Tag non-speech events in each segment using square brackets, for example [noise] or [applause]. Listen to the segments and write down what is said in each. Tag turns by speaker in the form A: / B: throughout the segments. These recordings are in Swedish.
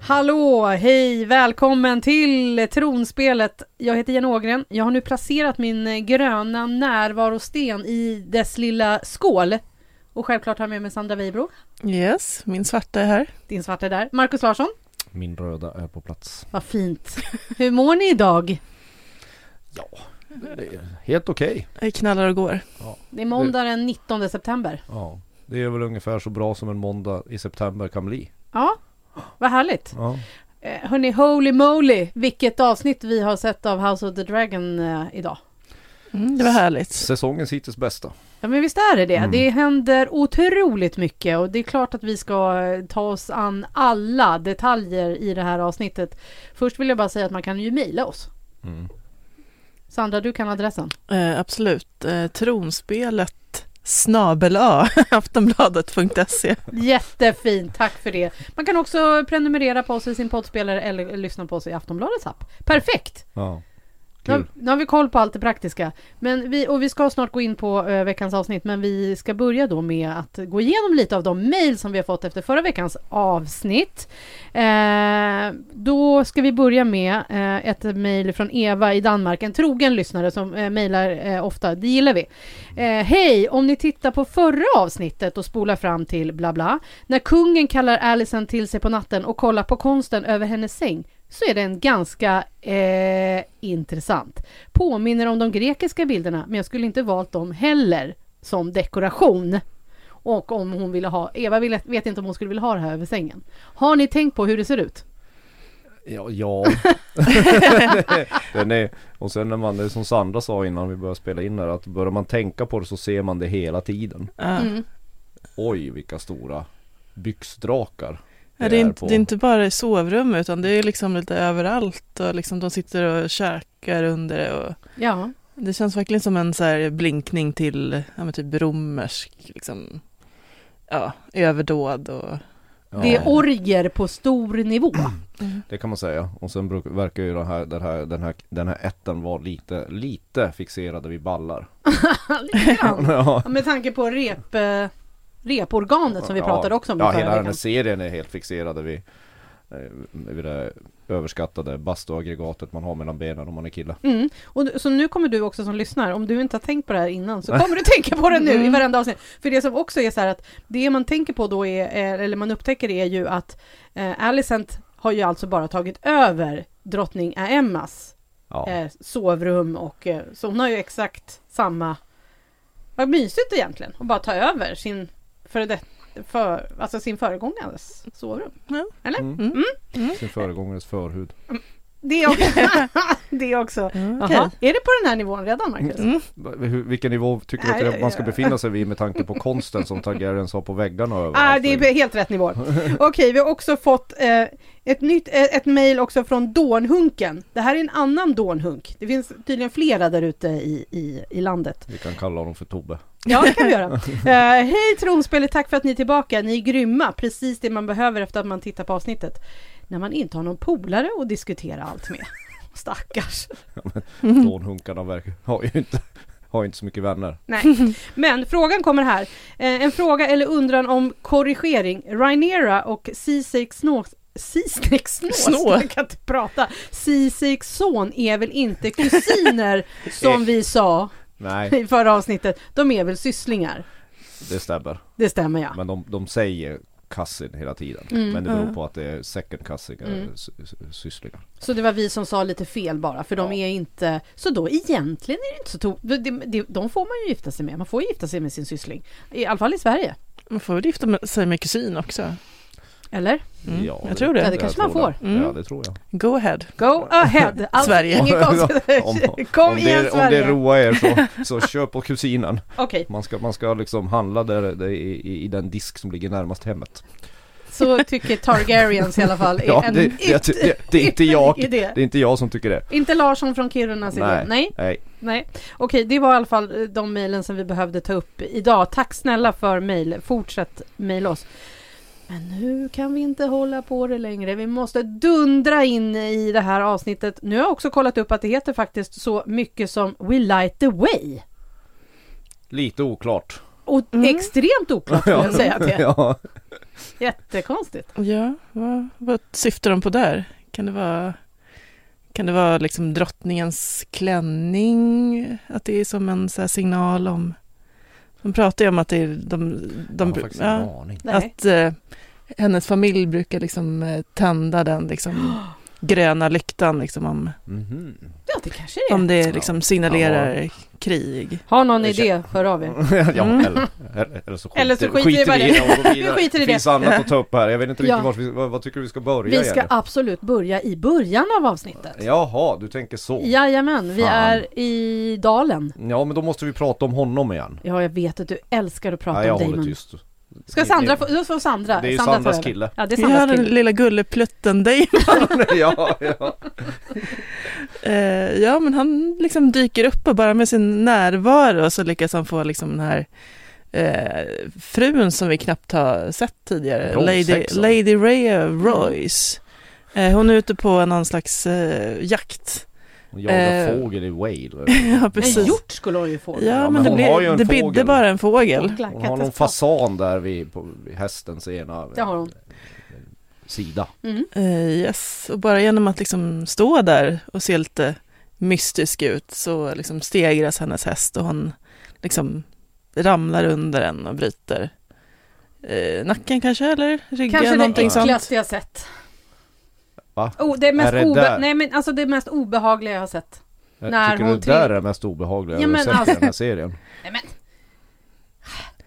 A: Hallå, hej, välkommen till Tronspelet. Jag heter Jenny Ågren. Jag har nu placerat min eh, gröna närvarosten i dess lilla skål. Och självklart har jag med mig Sandra Weibro.
B: Yes, min svarta är här.
A: Din svarta är där. Markus Larsson.
C: Min röda är på plats.
A: Vad fint. Hur mår ni idag?
C: Ja, det är helt okej.
B: Jag knallar och går.
A: Det är måndag den 19 september.
C: Ja, det är väl ungefär så bra som en måndag i september kan bli.
A: Ja, vad härligt.
C: Ja,
A: Eh, Hörni, holy moly, vilket avsnitt vi har sett av House of the Dragon eh, idag.
B: Mm, det var härligt.
C: säsongens hittills bästa.
A: Ja men visst är det det.
C: Mm.
A: Det händer otroligt mycket och det är klart att vi ska eh, ta oss an alla detaljer i det här avsnittet. Först vill jag bara säga att man kan ju mejla oss.
C: Mm.
A: Sandra, du kan adressen.
B: Eh, absolut. Eh, tronspelet [laughs] snabel-a aftonbladet.se.
A: Jättefint, tack för det. Man kan också prenumerera på oss i sin poddspelare eller lyssna på oss i Aftonbladets app. Perfekt!
C: Ja,
A: Nu har,
C: kul.
A: nu har vi koll på allt det praktiska. Men vi, och vi ska snart gå in på eh, veckans avsnitt, men vi ska börja då med att gå igenom lite av de mejl som vi har fått efter förra veckans avsnitt. Eh, då ska vi börja med eh, ett mejl från Eva i Danmark, en trogen lyssnare som eh, mejlar eh, ofta, det gillar vi. Eh, Hej, om ni tittar på förra avsnittet och spolar fram till bla bla, när kungen kallar Allison till sig på natten och kollar på konsten över hennes säng så är den ganska eh, intressant. Påminner om de grekiska bilderna men jag skulle inte valt dem heller som dekoration. Och om hon ville ha, Eva ville, vet inte om hon skulle vilja ha det här över sängen. Har ni tänkt på hur det ser ut?
C: Ja, [laughs] ja. Den är, och sen när man, det är som Sandra sa innan vi började spela in här att börjar man tänka på det så ser man det hela tiden.
B: Ja.
A: Mm.
C: Oj, vilka stora byxdrakar.
B: Ja, det, är inte,
C: på.
B: det är inte bara i sovrum utan det är liksom lite överallt och liksom de sitter och käkar under det. Och
A: Ja.
B: det känns verkligen som en så här blinkning till ja, men typ romersk liksom, ja, överdåd. Och,
C: Ja.
A: Det är orger på stor nivå.
C: Det kan man säga. Och sen bruk, verkar ju den här, den här, den här, den här ätten vara lite, lite fixerade vid ballar.
A: [laughs] Lite grann.
C: [laughs] Ja.
A: Ja, Med tanke på rep, eh, reporganet som vi pratade också om i
C: Ja,
A: förra
C: hela den här
A: veckan.
C: serien är helt fixerad vid, eh, vid det här överskattade bastuaggregatet man har mellan benen om man är kille.
A: Mm. Och, du- så nu kommer du också som lyssnar, om du inte har tänkt på det här innan, så kommer du [laughs] tänka på det nu i
B: Mm.
A: varenda avsnitt. För det som också är så här att det man tänker på då är, är- eller man upptäcker är ju att eh, Alicent har ju alltså bara tagit över drottning Aemmas
C: Ja,
A: eh, sovrum och eh, så hon har ju exakt samma, vad mysigt egentligen, att bara ta över sin före det, för, alltså sin föregångares sovrum.
C: mm.
B: Mm.
C: sin föregångares förhud.
A: Det är också, det är, också.
B: Mm, okej.
A: Jaha, är det på den här nivån redan Marcus?
B: Mm.
C: Va- hur- Vilken nivå tycker du att
A: Nej,
C: det- man ska
A: ja.
C: befinna sig vid med tanke på konsten som Targaryens har på väggarna och överallt?
A: [laughs] Ah, det är helt rätt nivå. Okej, vi har också fått eh, ett nytt eh, ett mejl också från Dånhunken. Det här är en annan Dånhunk. Det finns tydligen flera där ute i, i, i landet.
C: Vi kan kalla honom
A: [laughs]
C: för Tobbe.
A: Ja, det kan vi göra. Eh, Hej Tronspelet, tack för att ni är tillbaka. Ni är grymma, precis det man behöver efter att man tittar på avsnittet. När man inte har någon polare att diskutera allt med. [laughs] Stackars. Mm.
C: Dånhunkarna verkar, [laughs] har ju inte, har ju inte så mycket vänner.
A: Nej, men frågan kommer här. Eh, en fråga eller undran om korrigering. Rhaenyra och Ceesek Snå... Ceesek Snå?
B: Snå.
A: [laughs] Jag kan inte prata. Ceeseks son är väl inte kusiner som vi sa
C: Nej,
A: i förra avsnittet. De är väl sysslingar?
C: det stämmer.
A: Det stämmer [laughs] ja.
C: Men de, de säger cousin hela tiden.
A: Mm.
C: Men det beror
B: Ja.
C: på att det är second cousin,
A: Mm.
C: mm. sysslingar.
A: Så det var vi som sa lite fel bara, för de
C: Ja.
A: är inte... Så då egentligen är det inte så to... de, de, de får man ju gifta sig med. Man får ju gifta sig med sin syssling. I alla fall i Sverige.
B: Man får väl gifta med- sig med kusin också.
A: Eller?
B: Mm,
C: Ja,
B: jag tror det.
A: Ja, det kanske
C: jag
A: man
C: tror
A: får.
C: det.
B: Mm.
C: Ja, det tror jag.
B: Go ahead.
A: Go ahead! Alltså,
B: Sverige.
A: Inget konstigt. Eh, [laughs] Kom
C: om, det,
A: igen
C: är- om
A: Sverige!
C: det roar er
A: [laughs]
C: så, så köp på kusinen.
A: Okej,
C: Man ska, man ska liksom handla där, där i, i, i den disk som ligger närmast hemmet.
A: så tycker Targaryens i alla fall är
C: Ja,
A: en
C: det,
A: yt-
C: det, det, det, är inte jag,
A: ytterlig idé.
C: det är inte jag som tycker det.
A: Inte Larsson från Kiruna säger
C: Nej.
A: jag. Nej.
C: Nej.
A: Nej. Okej, det var i alla fall eh, de mejlen som vi behövde ta upp idag. Tack snälla för mejl. Fortsätt mejla oss. Men nu kan vi inte hålla på det längre. Vi måste dundra in i det här avsnittet. Nu har jag också kollat upp att det heter faktiskt så mycket som We Light the Way.
C: Lite oklart.
A: Och
B: Mm.
A: extremt oklart skulle jag säga att det är.
C: [laughs] Ja.
A: Jättekonstigt.
B: Ja, vad, vad syftar de på där? Kan det vara, kan det vara liksom drottningens klänning? Att det är som en så här signal om... De pratar ju om att det är de... de
C: jag har faktiskt
B: ja,
C: ingen aning.
A: Nej.
B: att eh, hennes familj brukar liksom eh, tända den liksom [gasps] gröna lyktan liksom om,
C: Mhm.
A: Ja, det kanske det är.
B: om det
C: Ja.
B: liksom signalerar krig.
A: Har någon
C: Jag
A: idé, hör av er.
C: ja,
B: Mm.
C: eller, eller, eller så skiter,
A: Eller så skiter vi bara i
C: det och går vidare.
A: Vi skiter i
C: det.
A: det.
C: finns annat att ta upp här. Jag vet inte riktigt
A: Ja.
C: vart vi, vad, vad tycker du vi ska börja
A: Vi ska
C: Jenny?
A: absolut börja i början av avsnittet.
C: Jaha, du tänker så. Ja.
A: Jajamän, vi
C: Fan.
A: är i dalen.
C: men då måste vi prata om honom igen.
A: Ja, jag vet att du älskar att prata
C: Nej, jag
A: om
C: håller
A: Damon.
C: tyst.
A: Ska Sandra få, då får Sandra.
C: Det är ju
A: Sandra tar
C: Sandras
A: över.
C: [laughs] kille.
A: Ja, det är
B: Vi har
A: Sandras
B: den
A: kille.
B: lilla gulleplutten Damon.
C: ja, ja.
B: Eh, ja, men han liksom dyker upp och bara med sin närvaro så lyckas han få liksom den här eh, frun som vi knappt har sett tidigare,
C: Roll
B: Lady,
C: Sexton.
B: Lady Rhea Royce. Eh, hon är ute på någon slags eh, jakt.
C: Hon jagar
B: Eh.
C: fågel i Whale. [laughs]
B: Ja, precis.
A: En hjort skulle hon ju få.
B: Ja, men,
C: men
B: det,
C: hon har ju
B: blir,
C: en
B: det
C: fågel.
B: bidde bara en fågel.
A: Jäkla
C: Hon har någon
A: katastrof.
C: fasan där vid, på, vid hästens ena eh,
A: Det har hon.
C: sida.
A: Mm.
B: Eh, yes, och bara genom att liksom stå där och se lite mystisk ut så liksom stegras hennes häst och hon liksom ramlar under den och bryter eh, nacken kanske eller ryggen.
A: Kanske det
B: någonting sånt.
A: äckligaste jag sett.
C: Va?
A: Oh, det, är mest
C: Är det
A: obe-
C: där?
A: Nej, men alltså det mest obehagliga jag har sett.
C: Jag
A: När
C: Eh, tycker
A: hon
C: det där
A: trill-
C: är det mest obehagliga
A: Ja,
C: jag har
A: men
C: sett i
A: alltså-
C: den här serien.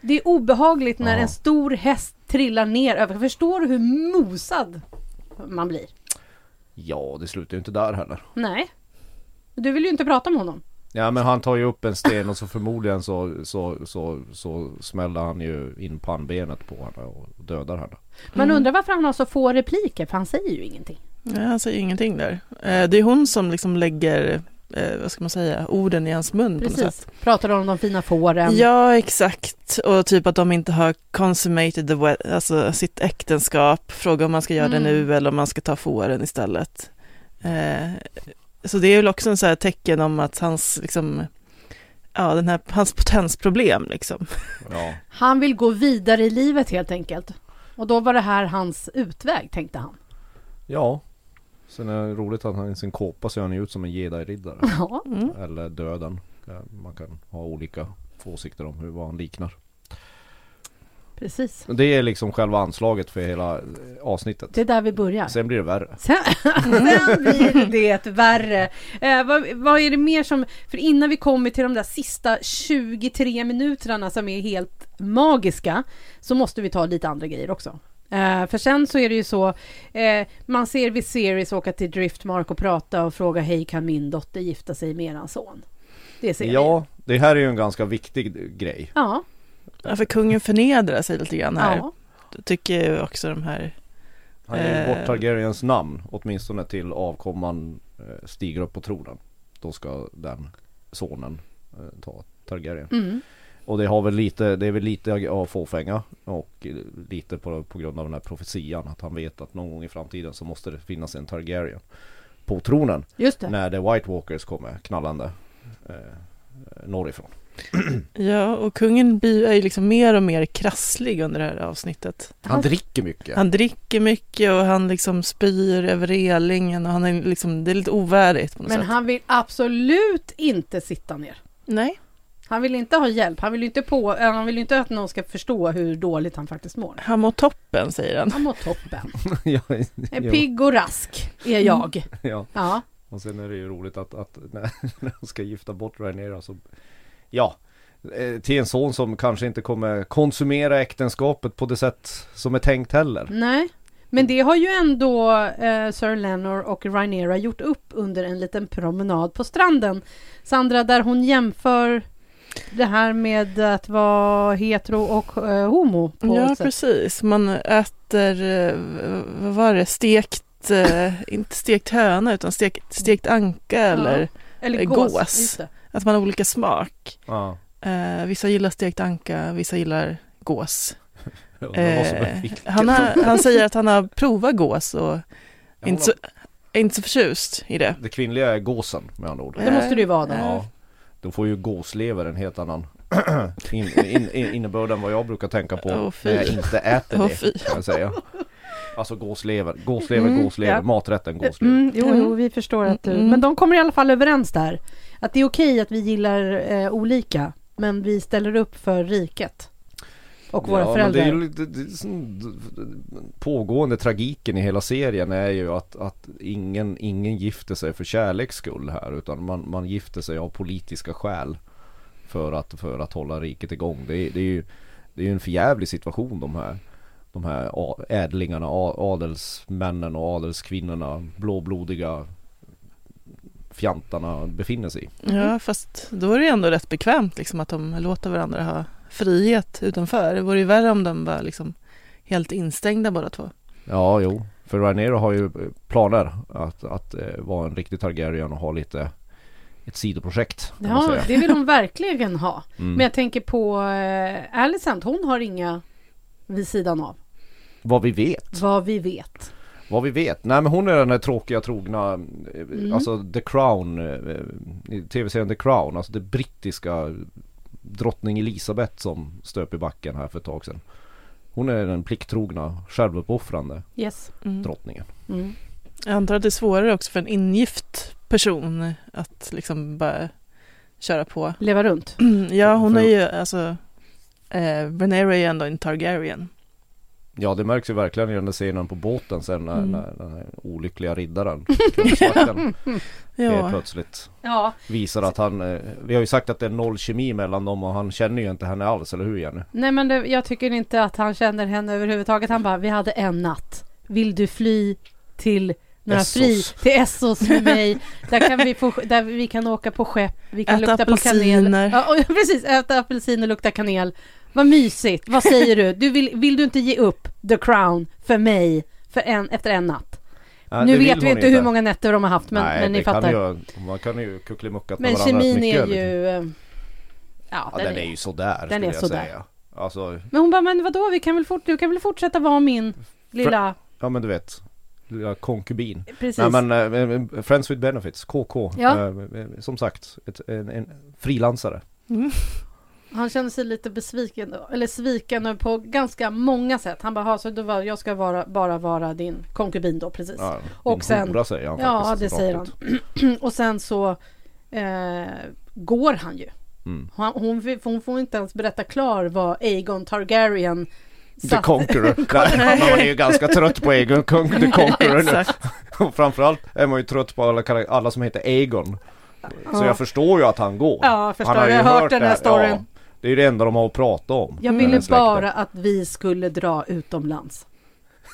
A: Det är obehagligt när
C: Ja.
A: en stor häst trillar ner över. Förstår du hur mosad man blir?
C: Ja, det slutar ju inte där heller.
A: Nej. Du vill ju inte prata med honom.
C: Ja men han tar ju upp en sten och så förmodligen så, så, så, så smäller han ju in pannbenet på henne och dödar henne.
A: Man
B: Mm.
A: undrar varför han har så få repliker, för han säger ju ingenting.
B: Nej, han säger ingenting där. Eh, det är hon som liksom lägger, eh, vad ska man säga, orden i hans mun på något sätt.
A: Precis. Pratar om de fina fåren.
B: Ja, exakt. Och typ att de inte har consummated the we- alltså sitt äktenskap. Fråga om man ska göra det
A: Mm.
B: nu eller om man ska ta fåren istället. Eh, så det är väl också en så här tecken om att hans, liksom, ja, den här, hans potensproblem liksom.
C: Ja.
A: Han vill gå vidare i livet helt enkelt. Och då var det här hans utväg, tänkte han.
C: ja. Sen är det roligt att han i sin kåpa ser han ju ut som en jedi-riddare.
A: Ja,
B: Mm.
C: Eller döden. Eh, Man kan ha olika åsikter om hur, vad han liknar.
A: precis.
C: Det är liksom själva anslaget för hela eh, avsnittet.
A: Det är där vi börjar.
C: Sen blir det värre.
A: Sen, sen blir det värre. Eh, vad, vad är det mer som... För innan vi kommer till de där sista 23 minuterna som är helt magiska så måste vi ta lite andra grejer också. Eh, för sen så är det ju så, eh, man ser Viserys åka till Driftmark och prata och fråga hej kan min dotter gifta sig med eran son? Det ser vi.
C: Ja, det här är ju en ganska viktig grej.
A: Ja,
B: Ja, för kungen förnedrar sig lite grann här.
A: ja.
B: Tycker ju också de här,
C: Han ger ju
B: Eh.
C: bort Targaryens namn åtminstone till avkomman eh, stiger upp på tronen. Då ska den sonen eh, ta Targaryen.
A: Mm.
C: Och det har väl lite, det är väl lite av fåfänga och eh, lite på, på grund av den här profetian att han vet att någon gång i framtiden så måste det finnas en Targaryen på tronen
A: Just det.
C: när The White Walkers kommer knallande eh, norrifrån.
B: ja, och kungen blir, är ju liksom mer och mer krasslig under det här avsnittet.
C: Han, dricker mycket.
B: Han dricker mycket och han liksom spyr över relingen och han är liksom, det är lite ovärdigt på något
A: Men
B: sätt.
A: han vill absolut inte sitta ner.
B: Nej.
A: Han vill inte ha hjälp. Han vill ju inte, på, eh, han vill ju inte att någon ska förstå hur dåligt han faktiskt mår.
B: Han mår toppen säger han.
A: Han mår
B: [laughs]
A: toppen.
C: [laughs] ja,
A: En
C: ja,
A: pigg och rask är jag.
C: ja.
A: Ja,
C: Och sen är det ju roligt att, att när, [laughs] när de ska gifta bort Rhaenyra så Ja eh, Till en son som kanske inte kommer konsumera äktenskapet på det sätt som är tänkt
B: Mm.
C: heller
A: nej. Men det har ju ändå eh, Sir Lenor och Rhaenyra gjort upp under en liten promenad på stranden. Sandra, där hon jämför det här med att vara hetero och eh, homo på
B: Ja,
A: ett sätt.
B: precis. Man äter, eh, vad var det, stekt, eh, inte stekt höna utan stekt, stekt anka eller
A: Eller
B: eh,
A: gås.
B: gås.
A: Just det.
B: att man har olika smak.
C: Ja.
B: Eh, vissa gillar stekt anka, vissa gillar gås.
C: Jag undrar vad som är
B: Eh,
C: vilket.
B: han, har, han säger att han har provat gås och
C: Jag
B: Eh, inte så, är inte så förtjust i det.
C: Det kvinnliga är gåsen med andra ord.
A: det måste du ju vara då.
B: Ja.
C: Ja. Då får ju gåslever en helt annan [clears throat] in, in, in, innebörd än vad jag brukar tänka på
B: Åh, fy.
C: när jag inte äter
B: Åh, fy.
C: det. Kan jag säga. Alltså gåslever, gåslever,
B: Mm,
C: gåslever,
A: ja.
C: maträtten gåslever.
A: Mm, jo, jo, vi förstår att du...
B: Mm.
A: Men de kommer i alla fall överens där. Att det är okej att vi gillar eh, olika, men vi ställer upp för riket. Och våra
C: ja, men
A: föräldrar.
C: det är ju lite, det, är sån- den pågående tragiken i hela serien är ju att, att ingen, ingen gifter sig för kärleks skull här utan man, man gifter sig av politiska skäl för att, för att hålla riket igång. Det är, det är ju det är ju en förjävlig situation de här de här a- ädlingarna, a- adelsmännen och adelskvinnorna, blåblodiga fjantarna befinner sig i.
B: Ja, fast då är det ju ändå rätt bekvämt liksom, att de låter varandra ha frihet utanför. Det vore ju värre om de var liksom, helt instängda båda två.
C: Ja, jo. För Rhaenyra har ju eh, planer att, att eh, vara en riktig Targaryen och ha lite ett sidoprojekt. kan man
A: Ja,
C: säga.
A: det vill de verkligen ha.
C: [laughs] Mm.
A: Men jag tänker på eh, Alicent, hon har inga vid sidan av.
C: Vad vi vet.
A: Vad vi vet.
C: Vad vi vet. Nej men hon är den här tråkiga trogna, eh,
B: Mm.
C: alltså The Crown, eh, i tv-serien The Crown, alltså det brittiska drottning Elisabeth som stöp i backen här för ett tag sedan. Hon är den plikttrogna, självuppoffrande
A: Yes.
B: Mm.
C: drottningen.
A: Mm.
B: Jag antar att det är svårare också för en ingift person att liksom bara köra på. [clears throat]
A: Leva runt.
B: ja, hon
C: För-
B: är ju alltså, eh, Rhaenyra är ju ändå en Targaryen.
C: Ja det märks ju verkligen i den där scenen på båten sen när,
B: Mm.
C: när den här
B: [laughs]
C: olyckliga riddaren, kungsvakten, helt
B: Ja,
C: plötsligt
A: Ja,
C: visar att han, eh, vi har ju sagt att det är noll kemi mellan dem och han känner ju inte henne alls, eller hur Jenny?
A: nej men det, jag tycker inte att han känner henne överhuvudtaget. Han bara, vi hade en natt. Vill du fly till några
C: Essos.
A: fri till Essos med mig? Där kan vi, få, där vi kan åka på skepp, vi kan
B: Äta
A: lukta på
B: apelsiner.
A: kanel. Ja, och- [laughs] precis, äta apelsiner och lukta kanel. Vad mysigt. Vad säger du? du vill, vill du inte ge upp The Crown för mig för en, efter en natt?
C: Nej,
A: nu
C: det vill
A: vet vi
C: hon
A: inte hur många nätter de har haft, men,
C: Nej,
A: men ni
C: det kan
A: fattar.
C: Ju, man kan ju kuckelimucka med
A: men
C: varandra rätt
A: kemin är
C: mycket, liksom.
A: ju... eh, Ja,
C: Ja, den, är ju sådär skulle
A: är
C: jag
A: sådär.
C: säga. Alltså,
A: Men hon bara, men vadå, vi kan väl fort, du kan väl fortsätta vara min lilla...
C: ja men du vet. Lilla konkubin.
A: Precis.
C: Nej men eh, eh, Friends with Benefits, KK.
A: Ja.
C: Eh, eh, som sagt, ett, en, en frilansare.
A: Han känner sig lite besviken, eller sviken på ganska många sätt. Han bara, "Ha, så då var, jag ska vara, bara vara din konkubin då, precis.
C: Ja,
A: Och
C: din
A: sen-
C: hora säger han
A: Ja,
C: faktiskt,
A: det
C: rakt
A: säger han.
C: ut.
A: Mm, Och sen så eh, går han ju.
C: Mm.
A: Han, hon, fi- hon får inte ens berätta klar vad Aegon Targaryen
C: The
A: [laughs]
C: Conqueror. Nej, man är ju ganska trött på Egon Kung, The Conqueror nu.
B: exakt.
C: Och framförallt är man ju trött på alla, karak- alla som heter Egon. Så
A: Ja.
C: jag förstår ju att han går.
A: Ja, jag förstår.
C: Han har ju
A: Jag har hört den
C: det-
A: här storyn.
C: Ja, det är ju det enda de har att prata om. Mm.
A: Jag
C: den
A: ville
C: här släkten.
A: bara att vi skulle dra utomlands.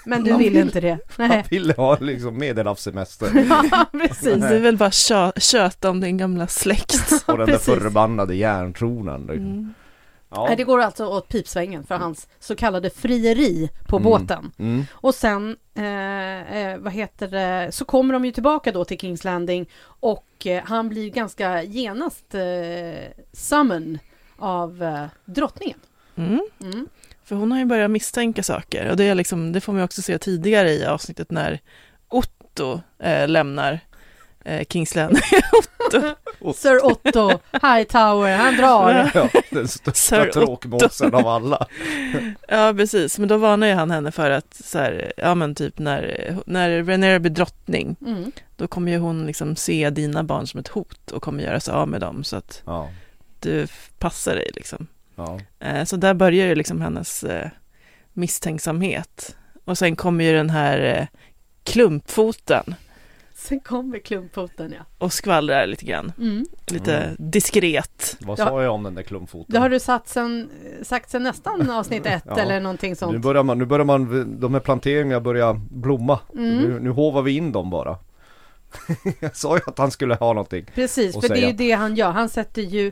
A: Men du
B: Man
A: ville inte det.
C: Han
A: Nej. [laughs]
C: ville ha liksom medelhavssemester.
A: Ja, precis.
B: Du vill bara tja- tjöta om din gamla släkt.
C: Och den där
A: Precis.
C: förbannade järntronen. liksom.
B: Mm.
C: Ja.
A: Nej, Det går alltså åt pipsvängen för hans så kallade frieri på
C: Mm.
A: båten.
C: Mm. [laughs]
A: Och sen, eh, eh, vad heter det, så kommer de ju tillbaka då till Kings Landing och eh, han blir ganska genast eh, summon av eh, drottningen.
B: Mm.
A: Mm.
B: För hon har ju börjat misstänka saker och det, är liksom, det får man ju också se tidigare i avsnittet när Otto eh, lämnar eh, Kingsland.
A: Sir Otto Hightower, han
C: [laughs]
A: drar.
C: Ja,
A: [laughs]
C: den största
B: Sir Otto.
C: tråkmåsen av alla.
B: ja, precis. Men då varnar ju han henne för att, så här, ja men typ när, när Renera blir drottning,
A: Mm.
B: då kommer ju hon liksom se dina barn som ett hot och kommer göra sig av med dem så att
C: Ja,
B: du f- passar dig liksom.
C: ja.
B: Eh, så där börjar ju liksom hennes eh, misstänksamhet. Och sen kommer ju den här eh, klumpfoten
A: Sen kommer klumpfoten ja.
B: och skvallrar lite grann.
A: Mm.
B: lite
C: Mm.
B: diskret.
C: Vad
A: Ja.
C: sa jag om den där klumpfoten?
A: Det har du sagt sen, sagt sen nästan avsnitt ett
C: [laughs] Ja.
A: eller någonting
C: nu
A: sånt.
C: börjar man, nu börjar man, de här planteringarna börjar blomma.
A: Mm.
C: Nu, nu hovar vi in dem bara. [laughs] jag sa ju att han skulle ha någonting.
A: Precis,
C: och
A: för det är
C: säga.
A: ju det han gör. Han sätter ju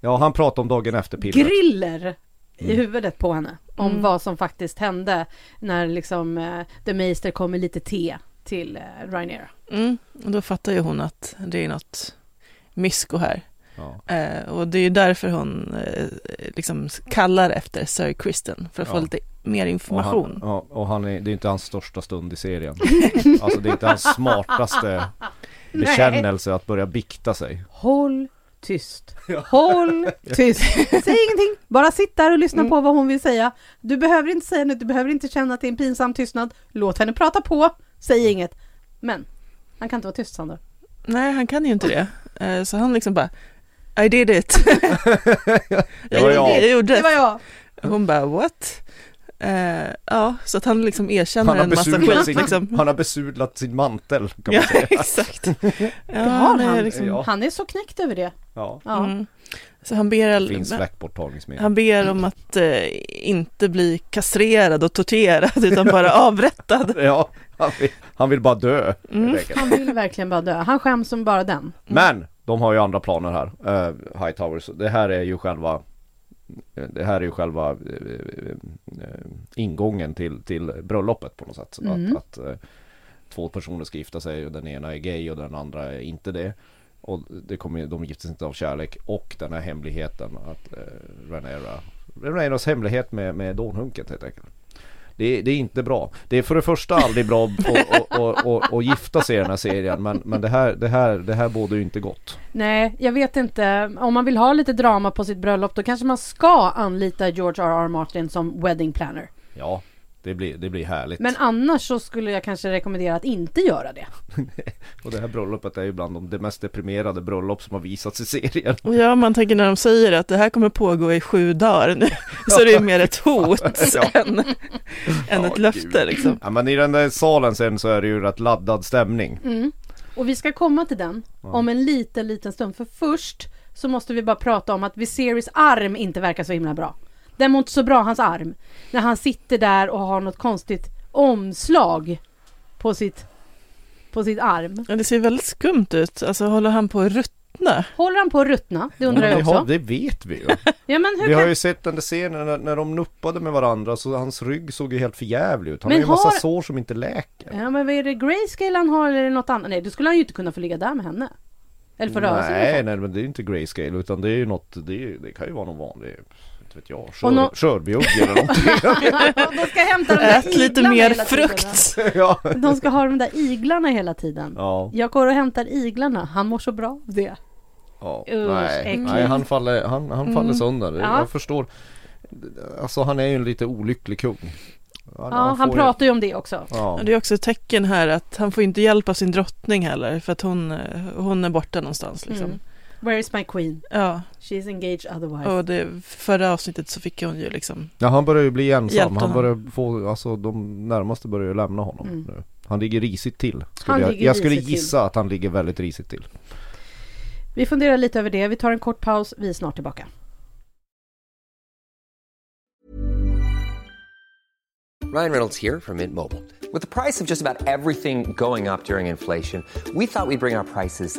C: Ja, han pratade om dagen efter pillret.
A: griller i
C: Mm.
A: huvudet på henne om
D: Mm.
A: vad som faktiskt hände när liksom eh, The Meister kom med lite te till eh, Rhaenyra.
B: Mm, och då fattar ju hon att det är något mysko här.
C: Ja.
B: Eh, och det är ju därför hon eh, liksom kallar efter Sir Kristen, för att få
C: Ja.
B: lite mer
C: Och
B: information.
C: han, ja, och han är, det är inte hans största stund i serien. Alltså det är inte hans smartaste bekännelse att börja bikta sig.
A: Håll tyst.
B: [laughs]
A: Håll [laughs] tyst. Säg ingenting. Bara sitt där och lyssna
B: Mm.
A: på vad hon vill säga. Du behöver inte säga något. Du behöver inte känna att det är en pinsam tystnad. Låt henne prata på. Säg inget. Men han kan inte vara tyst Sandor.
B: Nej, han kan ju inte det. Eh, så han liksom bara, I did
C: [laughs]
B: it.
C: Det var jag.
B: jag gjorde
A: Det var
B: det.
A: jag.
B: Hon bara, what? Eh, ja, så att han liksom erkänner
C: Han har
B: en massa
C: besudlat
B: skit
C: sin,
B: liksom.
C: han har besudlat sin mantel kan
B: Ja,
C: man säga.
B: [laughs] exakt. Ja,
A: har
B: nej,
A: han.
B: liksom-
C: Ja.
A: Han är så knäckt över det. [laughs]
C: Ja.
A: Ja.
B: Mm. Så han ber,
C: Det finns
B: han
C: fläckborttagningsmedel.
B: ber om att eh, inte bli kastrerad och
C: [laughs]
B: torterad utan bara avrättad.
C: Ja, han vill, han vill bara dö.
B: Mm.
C: helt enkelt.
A: Han vill verkligen bara dö. Han skäms som bara den.
C: Mm. Men de har ju andra planer här, eh, Hightowers. Det här är ju själva det här är ju själva eh, eh, eh, ingången till, till bröllopet på något sätt. Så
A: Mm.
C: Att, att eh, två personer ska gifta sig och den ena är gay och den andra är inte det. Och det kommer, ju- de gifter sig inte av kärlek och den här hemligheten att eh, Rhaenyra, Rhaenyras hemlighet med, med dånhunket helt enkelt. Det är, det är inte bra. Det är för det första aldrig bra att [laughs] att- att- att- att gifta sig i den här serien men, men det här, det här, det här bådar ju inte gott.
A: Nej, jag vet inte. Om man vill ha lite drama på sitt bröllop då kanske man ska anlita George R.R. Martin som wedding planner.
C: Ja, det blir, det blir härligt.
A: Men annars så skulle jag kanske rekommendera att inte göra det.
C: Och det här bröllopet är ju bland de det mest deprimerade bröllop som har visats i serien.
B: Och ja, man tänker när de säger att det här kommer pågå i sju dagar nu, [laughs] så är det ju mer ett hot
C: [laughs] Ja.
B: än, än
C: Ja,
B: ett löfte
C: gud.
B: liksom.
C: Ja, men i den där salen sen så är det ju rätt laddad stämning.
A: Och vi ska komma till den om en liten, liten stund. För först så måste vi bara prata om att Viserys arm inte verkar så himla bra. Den mår inte så bra, hans arm. När han sitter där och har något konstigt omslag på sitt, på sitt arm.
B: Ja, det ser väldigt skumt ut, alltså håller han på att ruttna?
A: Håller han på att ruttna? Det undrar
C: Men
A: jag
C: det, har,
A: också.
C: det vet vi
A: [laughs]
C: ju.
A: Ja, men hur
C: Vi
A: kan...
C: har ju sett den där scenen när, när de nuppade med varandra så hans rygg såg ju helt förjävlig ut. Han
A: Men
C: har ju en massa
A: har-
C: sår som inte läker.
A: Ja men vad är det grayscale han har eller är det något annat? Nej då skulle han ju inte kunna få ligga där med henne. Eller få röra sig med
C: nej,
A: folk. [laughs]
C: nej, men det är ju inte grayscale utan det är ju något, det, är, ju- det kan ju vara någon vanlig, inte vet jag,
A: Och
C: skör,
A: nå-
C: skörbjugg eller
A: [laughs]
C: någonting.
A: De ska hämta de där
B: Ät lite
A: iglarna
B: mer
A: hela tiden.
B: frukt!
C: ja.
A: De ska ha de där iglarna hela tiden.
C: Ja,
A: Jag går och hämtar iglarna, han mår så bra av det.
C: ja.
A: Usch,
C: nej,
A: äckligt.
C: nej han faller, han, han faller
B: Mm.
C: sönder.
A: Ja.
C: Jag förstår. Alltså han är ju en lite olycklig kung.
A: Ja, han
C: får
A: pratar ju om det också.
C: Ju, ja.
B: Och Det är också ett tecken här att han får inte hjälp av sin drottning heller, för att hon, eh, hon är borta någonstans liksom.
A: Mm. Where is my queen?
B: Ja,
A: She's engaged otherwise.
B: och det, förra avsnittet så fick hon ju liksom,
C: Ja, han börjar ju bli ensam.
B: Hjälpte
C: Han
B: honom.
C: börjar få, alltså de närmaste börjar ju lämna honom
A: Mm.
C: nu. Han ligger risigt till. Skulle
A: Han
C: jag,
A: ligger
C: jag skulle
A: risigt till.
C: gissa att han ligger väldigt risigt till.
A: Vi funderar lite över det, vi tar en kort paus, vi är snart tillbaka.
E: Ryan Reynolds here from Mint Mobile. With the price of just about everything going up during inflation, we thought we'd bring our prices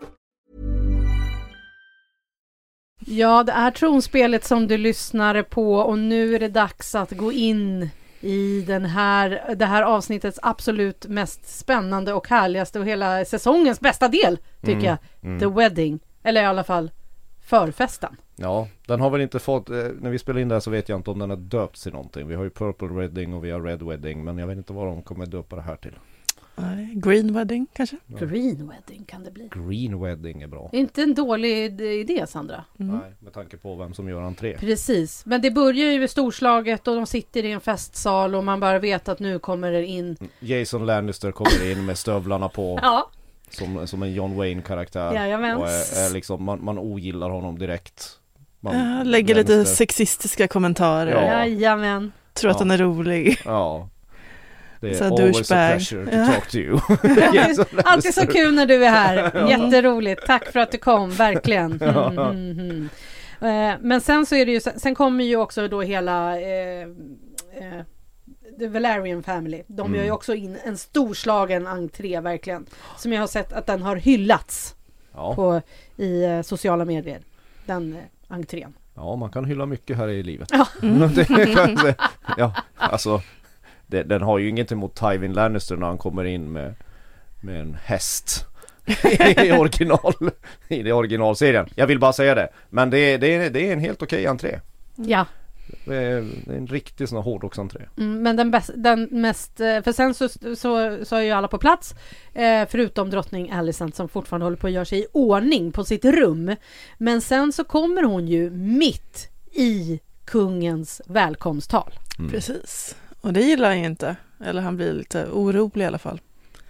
A: Ja, det är tronspelet som du lyssnade på och nu är det dags att gå in i den här, det här avsnittets absolut mest spännande och härligaste och hela säsongens bästa del, tycker jag. The Wedding, eller i alla fall förfesten.
C: Ja, den har väl inte fått, eh, när vi spelar in det här så vet jag inte om den har döpts till någonting. Vi har ju Purple Wedding och vi har Red Wedding men jag vet inte vad de kommer döpa det här till.
B: nej, eh, green wedding kanske?
A: Green Wedding kan det bli.
C: Green Wedding är bra.
A: Inte en dålig d- idé, Sandra.
B: Mm.
C: Nej, med tanke på vem som gör entré.
A: Precis, men det börjar ju i storslaget och de sitter i en festsal och man bara vet att nu kommer det in.
C: Jason Lannister kommer in med
B: [laughs]
C: stövlarna på
A: Ja,
C: som, som en John Wayne-karaktär.
A: Jajamän.
C: Och är, är liksom, man, man ogillar honom direkt. Man,
B: Ja, lägger lite
C: Lannister-
B: sexistiska kommentarer,
C: Ja. Mm.
A: jajamän.
B: tror att
C: Ja.
B: han är rolig.
C: Ja. Det är
B: Så
C: always a
B: douchebag.
C: pleasure to
B: Ja.
C: talk
B: [laughs]
C: to you. [laughs]
A: Alltid så kul när du är här. Jätteroligt. Tack för att du kom, verkligen. Mm, mm, mm. Eh, Men sen så är det ju, sen kommer ju också då hela eh, eh, The Valerian Family. De gör ju
C: Mm.
A: också in en storslagen entré verkligen. Som jag har sett att den har hyllats
C: Ja,
A: på, i eh, sociala medier. Den eh, entrén.
C: ja, man kan hylla mycket här i livet. [laughs] Mm.
A: Ja.
C: Det kan jag säga. ja alltså, det, den har ju inget emot Tywin Lannister när han kommer in med, med en häst. [laughs] I original, i det originalserien. Jag vill bara säga det. Men det, det, är- det är en helt okej entré.
A: Ja.
C: Det är, det är en riktig sån här hårdrocksentré.
A: Mm, men den, bäst, den mest, eh, för sen så, så, så är ju alla på plats eh, förutom drottning Alicent som fortfarande håller på att göra sig i ordning på sitt rum. Men sen så kommer hon ju mitt i kungens välkomsttal.
B: Precis. Och det gillar han ju inte. Eller han blir lite orolig i alla fall.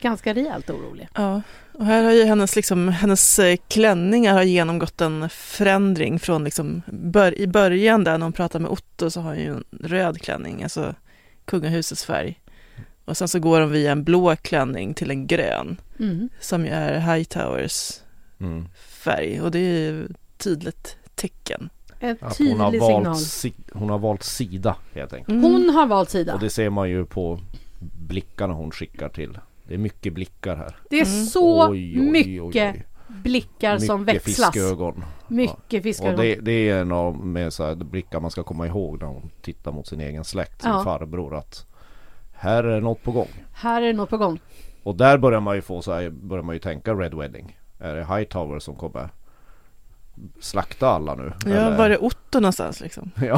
A: Ganska rejält orolig.
B: Ja, och här har ju hennes, liksom, hennes eh, klänningar har genomgått en förändring från liksom, bör, i början där när hon pratar med Otto så har hon ju en röd klänning, alltså kungahusets färg. Och sen så går hon via en blå klänning till en grön
A: Mm.
B: som ju är Hightowers
C: Mm.
B: färg och det är ju ett tydligt tecken.
A: Ett
C: Att hon har,
A: tydlig signal.
C: valt si, hon har valt sida helt enkelt.
B: Mm.
A: Hon har valt sida.
C: Och det ser man ju på blickarna hon skickar till. Det är mycket blickar här.
A: Det är
B: Mm.
A: så
C: Oj, oj, oj, oj.
A: mycket blickar som
C: Mycket
A: växlas.
C: fiskögon.
A: Mycket fiskögon.
C: Och det, det är en av med så här, de blickar man ska komma ihåg när hon tittar mot sin egen släkt, sin
A: Ja.
C: farbror att här är något på gång.
A: Här är det något på gång.
C: Och där börjar man ju få så här, börjar man ju tänka Red Wedding. Är det Hightower som kommer slakta alla nu?
B: Ja, var
C: [laughs]
B: är Otto någonstans liksom?
C: ja.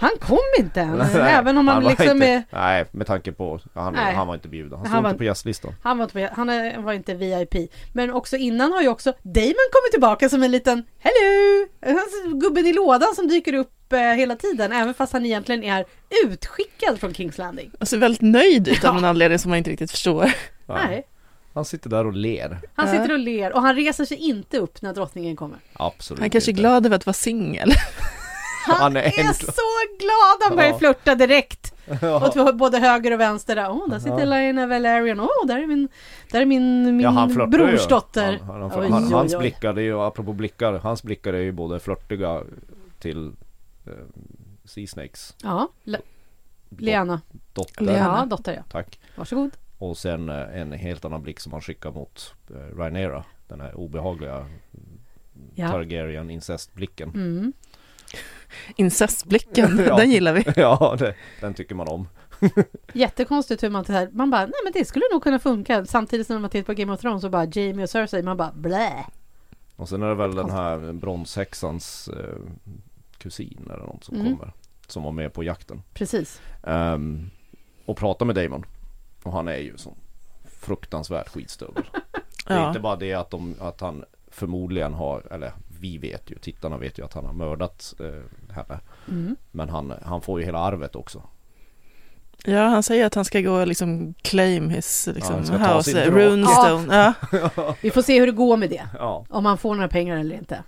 A: Han kom inte ens.
C: Nej,
A: även om han
C: var
A: liksom
C: inte,
A: är...
C: Nej, med tanke på han,
A: Nej.
C: han var inte bjuden. Han
A: Han
C: stod
A: var-
C: inte på gästlistan.
A: Han var, inte med, han är- var inte VIP. Men också innan har ju också Damon kommit tillbaka som en liten Hello! Alltså, Gubben i lådan som dyker upp eh, hela tiden. Även fast han egentligen är utskickad från Kings Landing.
B: Och ser väldigt nöjd ut av
A: Ja.
B: någon anledning som man inte riktigt förstår.
C: Ja.
A: Nej,
C: Han sitter där och ler.
A: han
B: Ja.
A: sitter och ler och han reser sig inte upp när drottningen kommer.
C: Absolut
B: Han kanske är
C: inte.
B: glad över att vara singel. [laughs]
A: Han,
C: Han är
A: är,
C: en-
A: så glad! Han börjar
C: Ja.
A: flirta direkt.
C: [laughs] Ja.
A: Åt både höger och vänster där. Åh, där sitter
C: Ja.
A: Lina Valerian. Åh, där är min, där är min, min
C: Ja, han flörtar ju.
A: brorsdotter.
C: Han, han,
A: Oj,
C: han, han, hans
A: oj, oj.
C: blickar, det är ju, apropå blickar, hans blickar är ju både flörtiga till eh, Sea Snakes
A: Ja, Le- Lena.
C: dotter.
B: Lena.
A: Ja, dotter ja.
C: Tack.
A: Varsågod.
C: Och sen eh, en helt annan blick som han skickar mot eh, Rhaenyra. Den här obehagliga
A: Ja.
C: Targaryen incestblicken.
A: Mm.
B: Incestblicken,
C: Ja.
B: den gillar vi.
C: [laughs] ja, det, den tycker man om.
A: Jättekonstigt hur man så här, man bara, nej men det skulle nog kunna funka. Samtidigt som när man tittar på Game of Thrones så bara Jamie och Cersei, man bara blä.
C: Och sen är det väl den här bronshäxans eh, kusin eller något som
A: Mm.
C: kommer. Som var med på jakten.
A: Precis.
C: Ehm, och pratar med Damon. Och han är ju som fruktansvärt skitstövel. Det är
B: Ja.
C: inte bara det att, de, att han förmodligen har, eller vi vet ju, tittarna vet ju att han har mördat eh, henne.
A: Mm.
C: Men han, han får ju hela arvet också.
B: ja, han säger att han ska gå och liksom claim his liksom,
C: han ska ta sin
B: house,
C: drake.
B: runestone. Ja.
A: Vi får se hur det går med det.
C: Ja.
A: Om man får några pengar eller inte.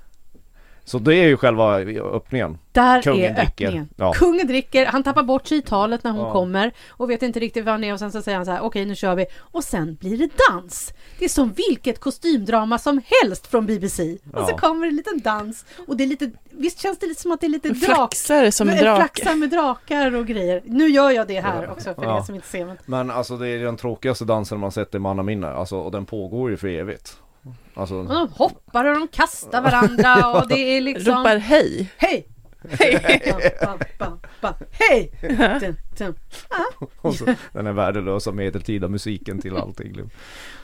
C: Så det är ju själva öppningen.
A: Där
C: Kungen
A: är
C: dricker.
A: öppningen.
C: Ja.
A: Kungen dricker, han tappar bort sig i talet när hon
C: Ja.
A: kommer och vet inte riktigt vad han är och sen så säger han så här, okej nu kör vi. Och sen blir det dans. Det är som vilket kostymdrama som helst från BBC. Och så
C: Ja.
A: kommer det en liten dans och det är lite, visst känns det lite som att det är lite
B: En
A: drak
B: Flaxare som en
A: Men
B: drake.
A: Flaxar med drakar och grejer. Nu gör jag det här
C: Ja.
A: också för
C: Ja.
A: er som inte ser. Men...
C: Men alltså det är den tråkigaste dansen man sett i mannaminne. Alltså och den pågår ju för evigt. Alltså,
A: Och de hoppar och de kastar varandra och det är liksom...
B: Ropar hej.
A: Hej! Hej! Bam, bam, bam, Hej! Dun, dun.
C: och så, den är värdelösa medeltida musiken till allting.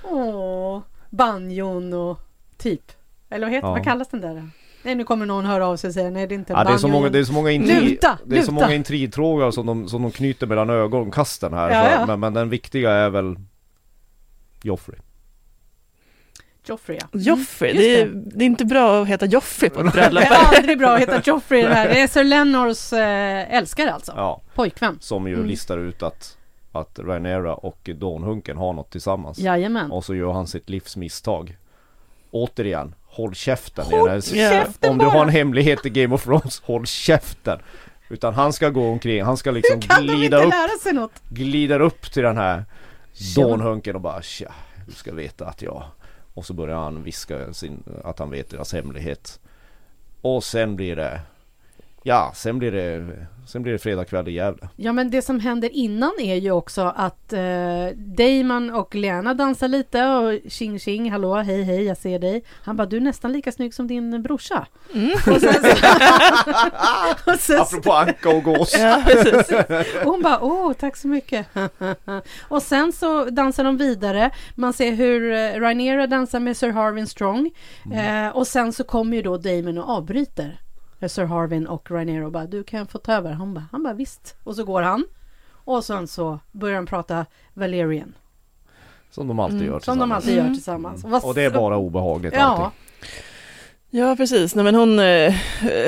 A: Åh, banjon och typ. Eller vad heter
C: Ja.
A: vad kallas den där? Nej, nu kommer någon höra av sig och säga nej, det är inte en
C: Ja, det, är så
A: banjo.
C: många, det är så många, intri-
A: Luta,
C: det är så
A: luta.
C: många intrigtrågar som de, som de knyter mellan ögonkasten här.
A: Ja,
C: så,
A: ja.
C: Men, men den viktiga är väl Joffrey.
A: Joffrey, ja.
B: Joffrey,
A: Mm. just
B: det är, det är inte bra att heta Joffrey
C: [laughs]
B: på ett bröllop.
A: Det är aldrig bra att heta Joffrey i det här. Det är Sir Lennors eh, älskare alltså.
C: Ja,
A: Pojkvän.
C: som ju
B: Mm.
C: listar ut att, att Rhaenyra och Dawnhunken har något tillsammans.
A: Jajamän.
C: Och så gör han sitt livs misstag. Återigen, håll käften! i
A: Håll
C: den här-
B: käften
C: Om du har en
A: bara!
C: hemlighet i Game of Thrones, håll käften! Utan han ska gå omkring, han ska liksom
A: Kan de
C: glida
A: inte
C: upp,
A: lära sig något?
C: glider upp till den här dånhunken och bara tja, du ska veta att jag... Och så börjar han viska sin, att han vet deras hemlighet. Och sen blir det... Ja, sen blir det, sen blir det fredag kväll i Gävle.
A: Ja men det som händer innan är ju också att eh, Damon och Lena dansar lite och tjing tjing, hallå, hej hej, jag ser dig. Han bara, du är nästan lika snygg som din brorsa. [laughs] Och sen så, och sen så,
C: Apropå anka och
A: [laughs]
C: gås.
B: Ja, precis.
A: och hon bara, åh, tack så mycket. [laughs] och sen så dansar de vidare. Man ser hur eh, Rhaenyra dansar med Sir Harvin Strong. Eh, och sen så kommer ju då Damon och avbryter. eh, Sir Harvin och Rhaenyra och bara, du kan få ta över. Han bara, han bara, visst. Och så går han. Och sen så börjar han prata Valerian.
C: Som de alltid gör
A: Mm, Som de
C: tillsammans.
A: alltid gör tillsammans. Vad-
C: Och det är bara obehagligt
A: Ja,
C: allting.
B: Ja, precis. Nej, men hon, eh,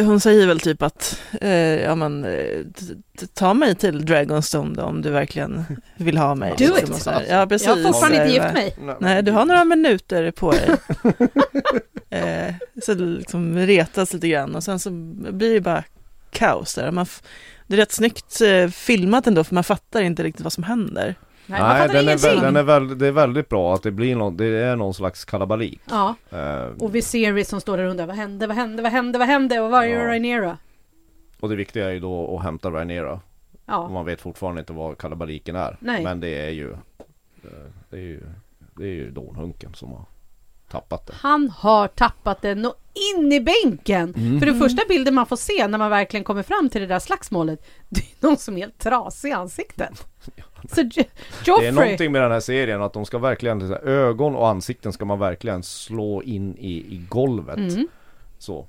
B: hon säger väl typ att eh, ja, men, eh, t- t- ta mig till Dragonstone då, om du verkligen vill ha mig.
A: [laughs] Do
B: liksom,
A: it.
B: och sådär. Ja, precis.
A: jag har fortfarande inte
B: Eh,
A: gift mig.
B: Nej, du har några minuter
A: [laughs]
B: på dig. eh, så det liksom retas lite grann och sen så blir det bara kaos där. Man f- det är rätt snyggt eh, filmat ändå för man fattar inte riktigt vad som händer.
A: Nej, man
C: Nej,
A: fattar
C: den är,
A: ingenting.
C: väl, den är väl, det är väldigt bra att det blir någon, det är någon slags kalabalik.
A: Ja,
C: Eh,
A: och Viserys som står där och undrar, vad hände, vad hände, vad hände, vad hände? Och var är
C: Ja.
A: Rhaenyra?
C: och det viktiga är ju då att hämta Rhaenyra.
A: Ja.
C: Och Man vet fortfarande inte vad kalabaliken är.
A: Nej.
C: Men det är ju, eh, det är ju, det är ju dånhunken som har tappat det.
A: Han har tappat den och in i bänken!
C: Mm.
A: För den första bilden man får se när man verkligen kommer fram till det där slagsmålet, det är någon som är helt trasig i
C: [laughs]
A: ansiktet. Så jo-
C: Det är
A: Joffrey,
C: någonting med den här serien att de ska verkligen, så här, ögon och ansikten ska man verkligen slå in i, i golvet.
A: Mm.
C: Så.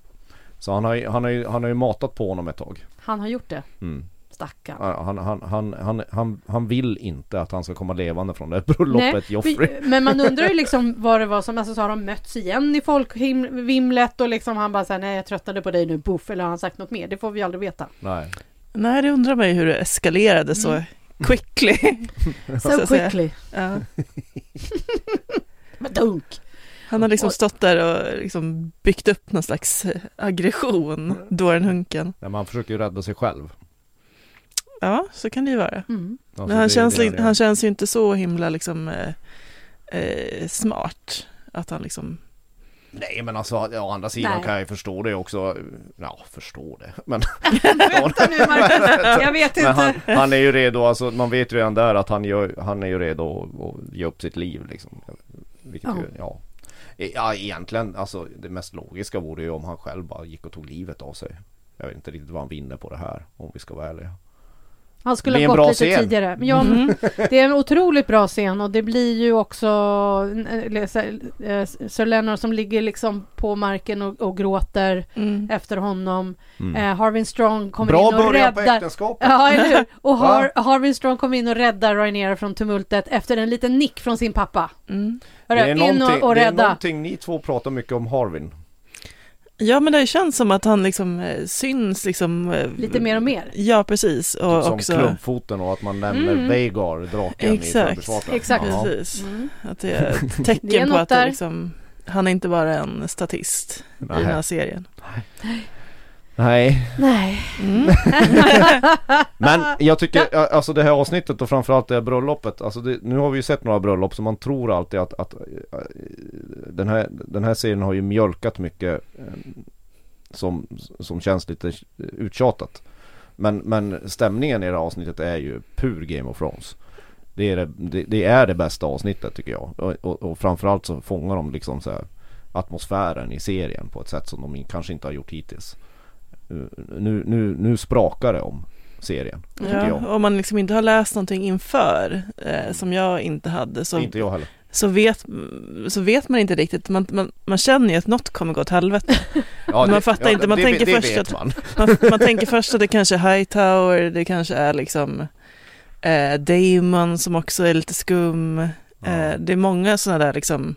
C: Så han har, ju- han, har ju, han har ju matat på honom ett tag.
A: han har gjort det.
C: Mm.
A: Stackarn.
C: Han, han, han, han, han, han vill inte att han ska komma levande från det här bröllopet, Joffrey.
A: men- men man undrar ju liksom vad det var som, alltså så har de mötts igen i folkvimlet och liksom han bara säger nej jag tröttnade på dig nu, boff, eller har han sagt något mer? Det får vi aldrig
C: [laughs]
A: veta.
C: Nej.
B: Nej, det undrar mig hur det eskalerade
A: Mm.
B: så
A: [laughs]
B: quickly. Så
A: So
B: att säga.
A: quickly,
B: ja.
A: dunk!
B: Han har liksom stått där och liksom byggt upp någon slags eh,
A: Mm.
B: aggression, dårenhunken.
C: Nej, men han försöker ju rädda sig själv.
B: Ja, så kan det ju vara.
A: Mm.
C: Alltså,
B: Men han,
C: det-
B: känns,
C: det-
B: li- han känns ju inte så himla liksom, eh, eh, smart. Att han liksom...
C: Nej men alltså å andra sidan
A: Nej.
C: kan jag ju förstå det också. Ja, förstå det. [laughs]
A: [laughs]
C: Men,
A: Vänta nu
C: [laughs]
A: Marcus, jag vet
C: men han,
A: inte.
C: han är ju redo, alltså man vet ju redan där att han, gör, han är ju redo att- att ge upp sitt liv liksom. Vilket
A: Ja.
C: ju, ja. E- Ja egentligen, alltså det mest logiska vore ju om han själv bara gick och tog livet av sig. Jag vet inte riktigt vad han vinner på det här, om vi ska vara ärliga.
A: Han skulle
C: Det är
A: ha gått
C: en bra
A: lite
C: scen.
A: tidigare. Men ja, [laughs] Det är en otroligt bra scen och det blir ju också eh, eh, Sir Leonard som ligger liksom på marken och, och gråter
B: Mm.
A: efter honom. Eh, Harvin Strong kommer
C: Mm. Bra
A: in och
C: början på
A: räddar...
C: äktenskapet!
A: Ja, eller hur? Och
C: Va?
A: Har, Harvin Strong kommer in och räddar Rhaenyra från tumultet efter en liten nick från sin pappa.
B: Mm.
C: Det är,
A: Hörru, in och,
C: någonting,
A: och
C: det är
A: rädda.
C: någonting ni två pratar mycket om Harvin.
B: Ja, men det har ju känts som att han liksom eh, syns liksom... eh,
A: Lite mer och mer.
B: Ja, precis. Och
C: Typ som
B: också...
C: klumpfoten och att man nämner
A: Mm.
C: Veigar, draken
B: Exakt.
C: i Förbisvarten.
A: Exakt.
C: Ja.
B: Precis.
A: Mm.
B: Att det är
A: [laughs]
B: ett
A: Det är
B: tecken på
A: något
B: att det
A: där.
B: liksom, han är inte bara en statist i den
C: Nej.
B: här
C: [laughs]
B: serien.
C: Nej. [laughs]
A: Nej.
B: Mm.
C: Men jag tycker, ja, alltså det här avsnittet och framförallt det här bröllopet, alltså det, nu har vi ju sett några bröllop så man tror alltid att, att eh, eh, den, här, den här serien har ju mjölkat mycket eh, som, som känns lite uttjatat. Men, men stämningen i det här avsnittet är ju pur Game of Thrones. Det är det, det, det, är det bästa avsnittet tycker jag. Och, och, och framförallt så fångar de liksom så här atmosfären i serien på ett sätt som de in- kanske inte har gjort hittills. Eh, Nu, nu, nu sprakar det om serien, tycker
B: Ja,
C: jag.
B: om man liksom inte har läst någonting inför, eh, som jag inte hade, så,
C: Inte jag heller.
B: så, vet, så vet man inte riktigt. Man, man, man känner ju att något kommer gå åt helvete.
C: Ja,
B: Man fattar inte, man tänker först
C: vet
B: att-
C: man.
B: Man, man tänker först att det kanske är Hightower, det kanske är liksom eh, Damon som också är lite skum. Eh, det är många sådana där liksom